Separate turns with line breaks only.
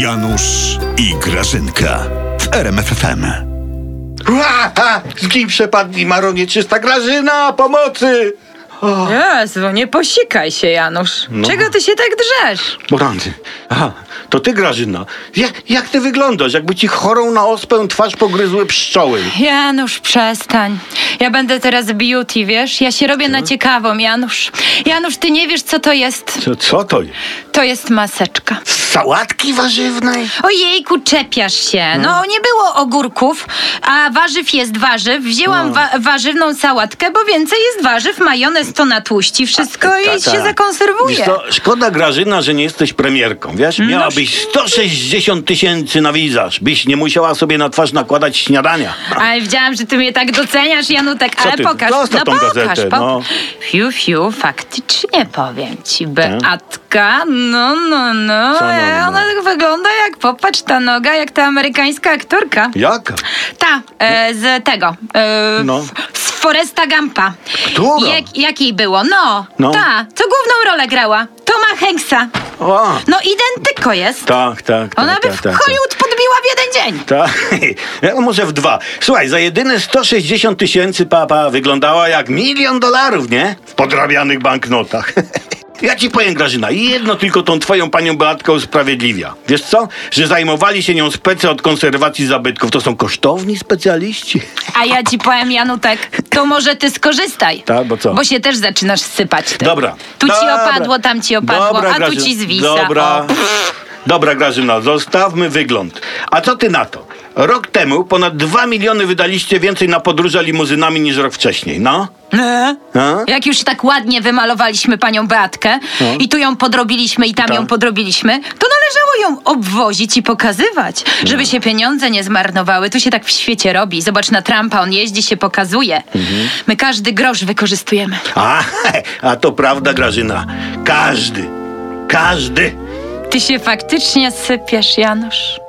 Janusz i Grażynka w RMFFM.
Ha, ha, z kim przepadli maronie czysta grażyna? Pomocy!
Jezu, no nie posikaj się, Janusz.
No.
Czego ty się tak drzesz?
Morany. Aha, to ty grażyna. Ja, jak ty wyglądasz? Jakby ci chorą na ospę twarz pogryzły pszczoły.
Janusz, przestań. Ja będę teraz beauty, wiesz? Ja się robię na ciekawą, Janusz. Janusz, ty nie wiesz, co to jest.
Co, co to jest?
To jest maseczka.
Z sałatki warzywnej?
Ojejku, czepiasz się. No, nie było ogórków, a warzyw jest warzyw.
No.
Wzięłam wa- warzywną sałatkę, bo więcej jest warzyw. Majonez to natłuści wszystko No i
Ta, ta.
się zakonserwuje.
tak,
No
Wiesz co, szkoda Grażyna, że nie jesteś premierką, wiesz? Miałabyś 160 tysięcy na wizaż, byś nie musiała sobie na twarz nakładać śniadania.
Ale widziałam, że ty mnie tak doceniasz, Janutek, ale
ty?
pokaż.
Zostaw tą
pokaż,
gazetę,
po-
no.
Fiu, fiu, faktycznie powiem ci, Beatka, no, no, no,
Co no, no, no?
ona tak wygląda jak, popatrz, ta noga, jak ta amerykańska aktorka.
Jaka?
Ta, e, z tego, e,
No.
f- z Foresta Gampa.
Która?
Jak, jak jej było? No,
No.
ta, co główną rolę grała? Toma Hanksa.
O,
No identyko jest.
tak, tak, tak.
Ona by
tak,
w
tak, tak.
Hollywood podbiła w jeden dzień.
Tak, no może w dwa. Słuchaj, za jedyne 160 tysięcy papa wyglądała jak milion dolarów, nie? W podrabianych banknotach. Ja ci powiem, Grażyna, jedno tylko tą twoją panią Beatkę usprawiedliwia. Wiesz co? Że zajmowali się nią specy od konserwacji zabytków. To są kosztowni specjaliści.
A ja ci powiem, Janutek, to może ty skorzystaj.
Tak, bo co?
Bo się też zaczynasz sypać. Ty.
Dobra.
Tak. Tu ci
Dobra.
opadło, tam ci opadło,
Dobra,
a
Grażyna.
tu ci zwisa.
Dobra.
O.
Dobra, Grażyna, zostawmy wygląd. A co ty na to? Rok temu ponad 2 miliony wydaliście więcej na podróże limuzynami niż rok wcześniej, no?
Nie?
A?
Jak już tak ładnie wymalowaliśmy panią Beatkę
No.
i tu ją podrobiliśmy i tam
Tak.
ją podrobiliśmy, to należało ją obwozić i pokazywać,
No.
żeby się pieniądze nie zmarnowały. Tu się tak w świecie robi. Zobacz na Trumpa, on jeździ, się pokazuje.
Mhm.
My każdy grosz wykorzystujemy.
A, a to prawda, Grażyna. Każdy, każdy.
Ty się faktycznie sypiesz, Janusz.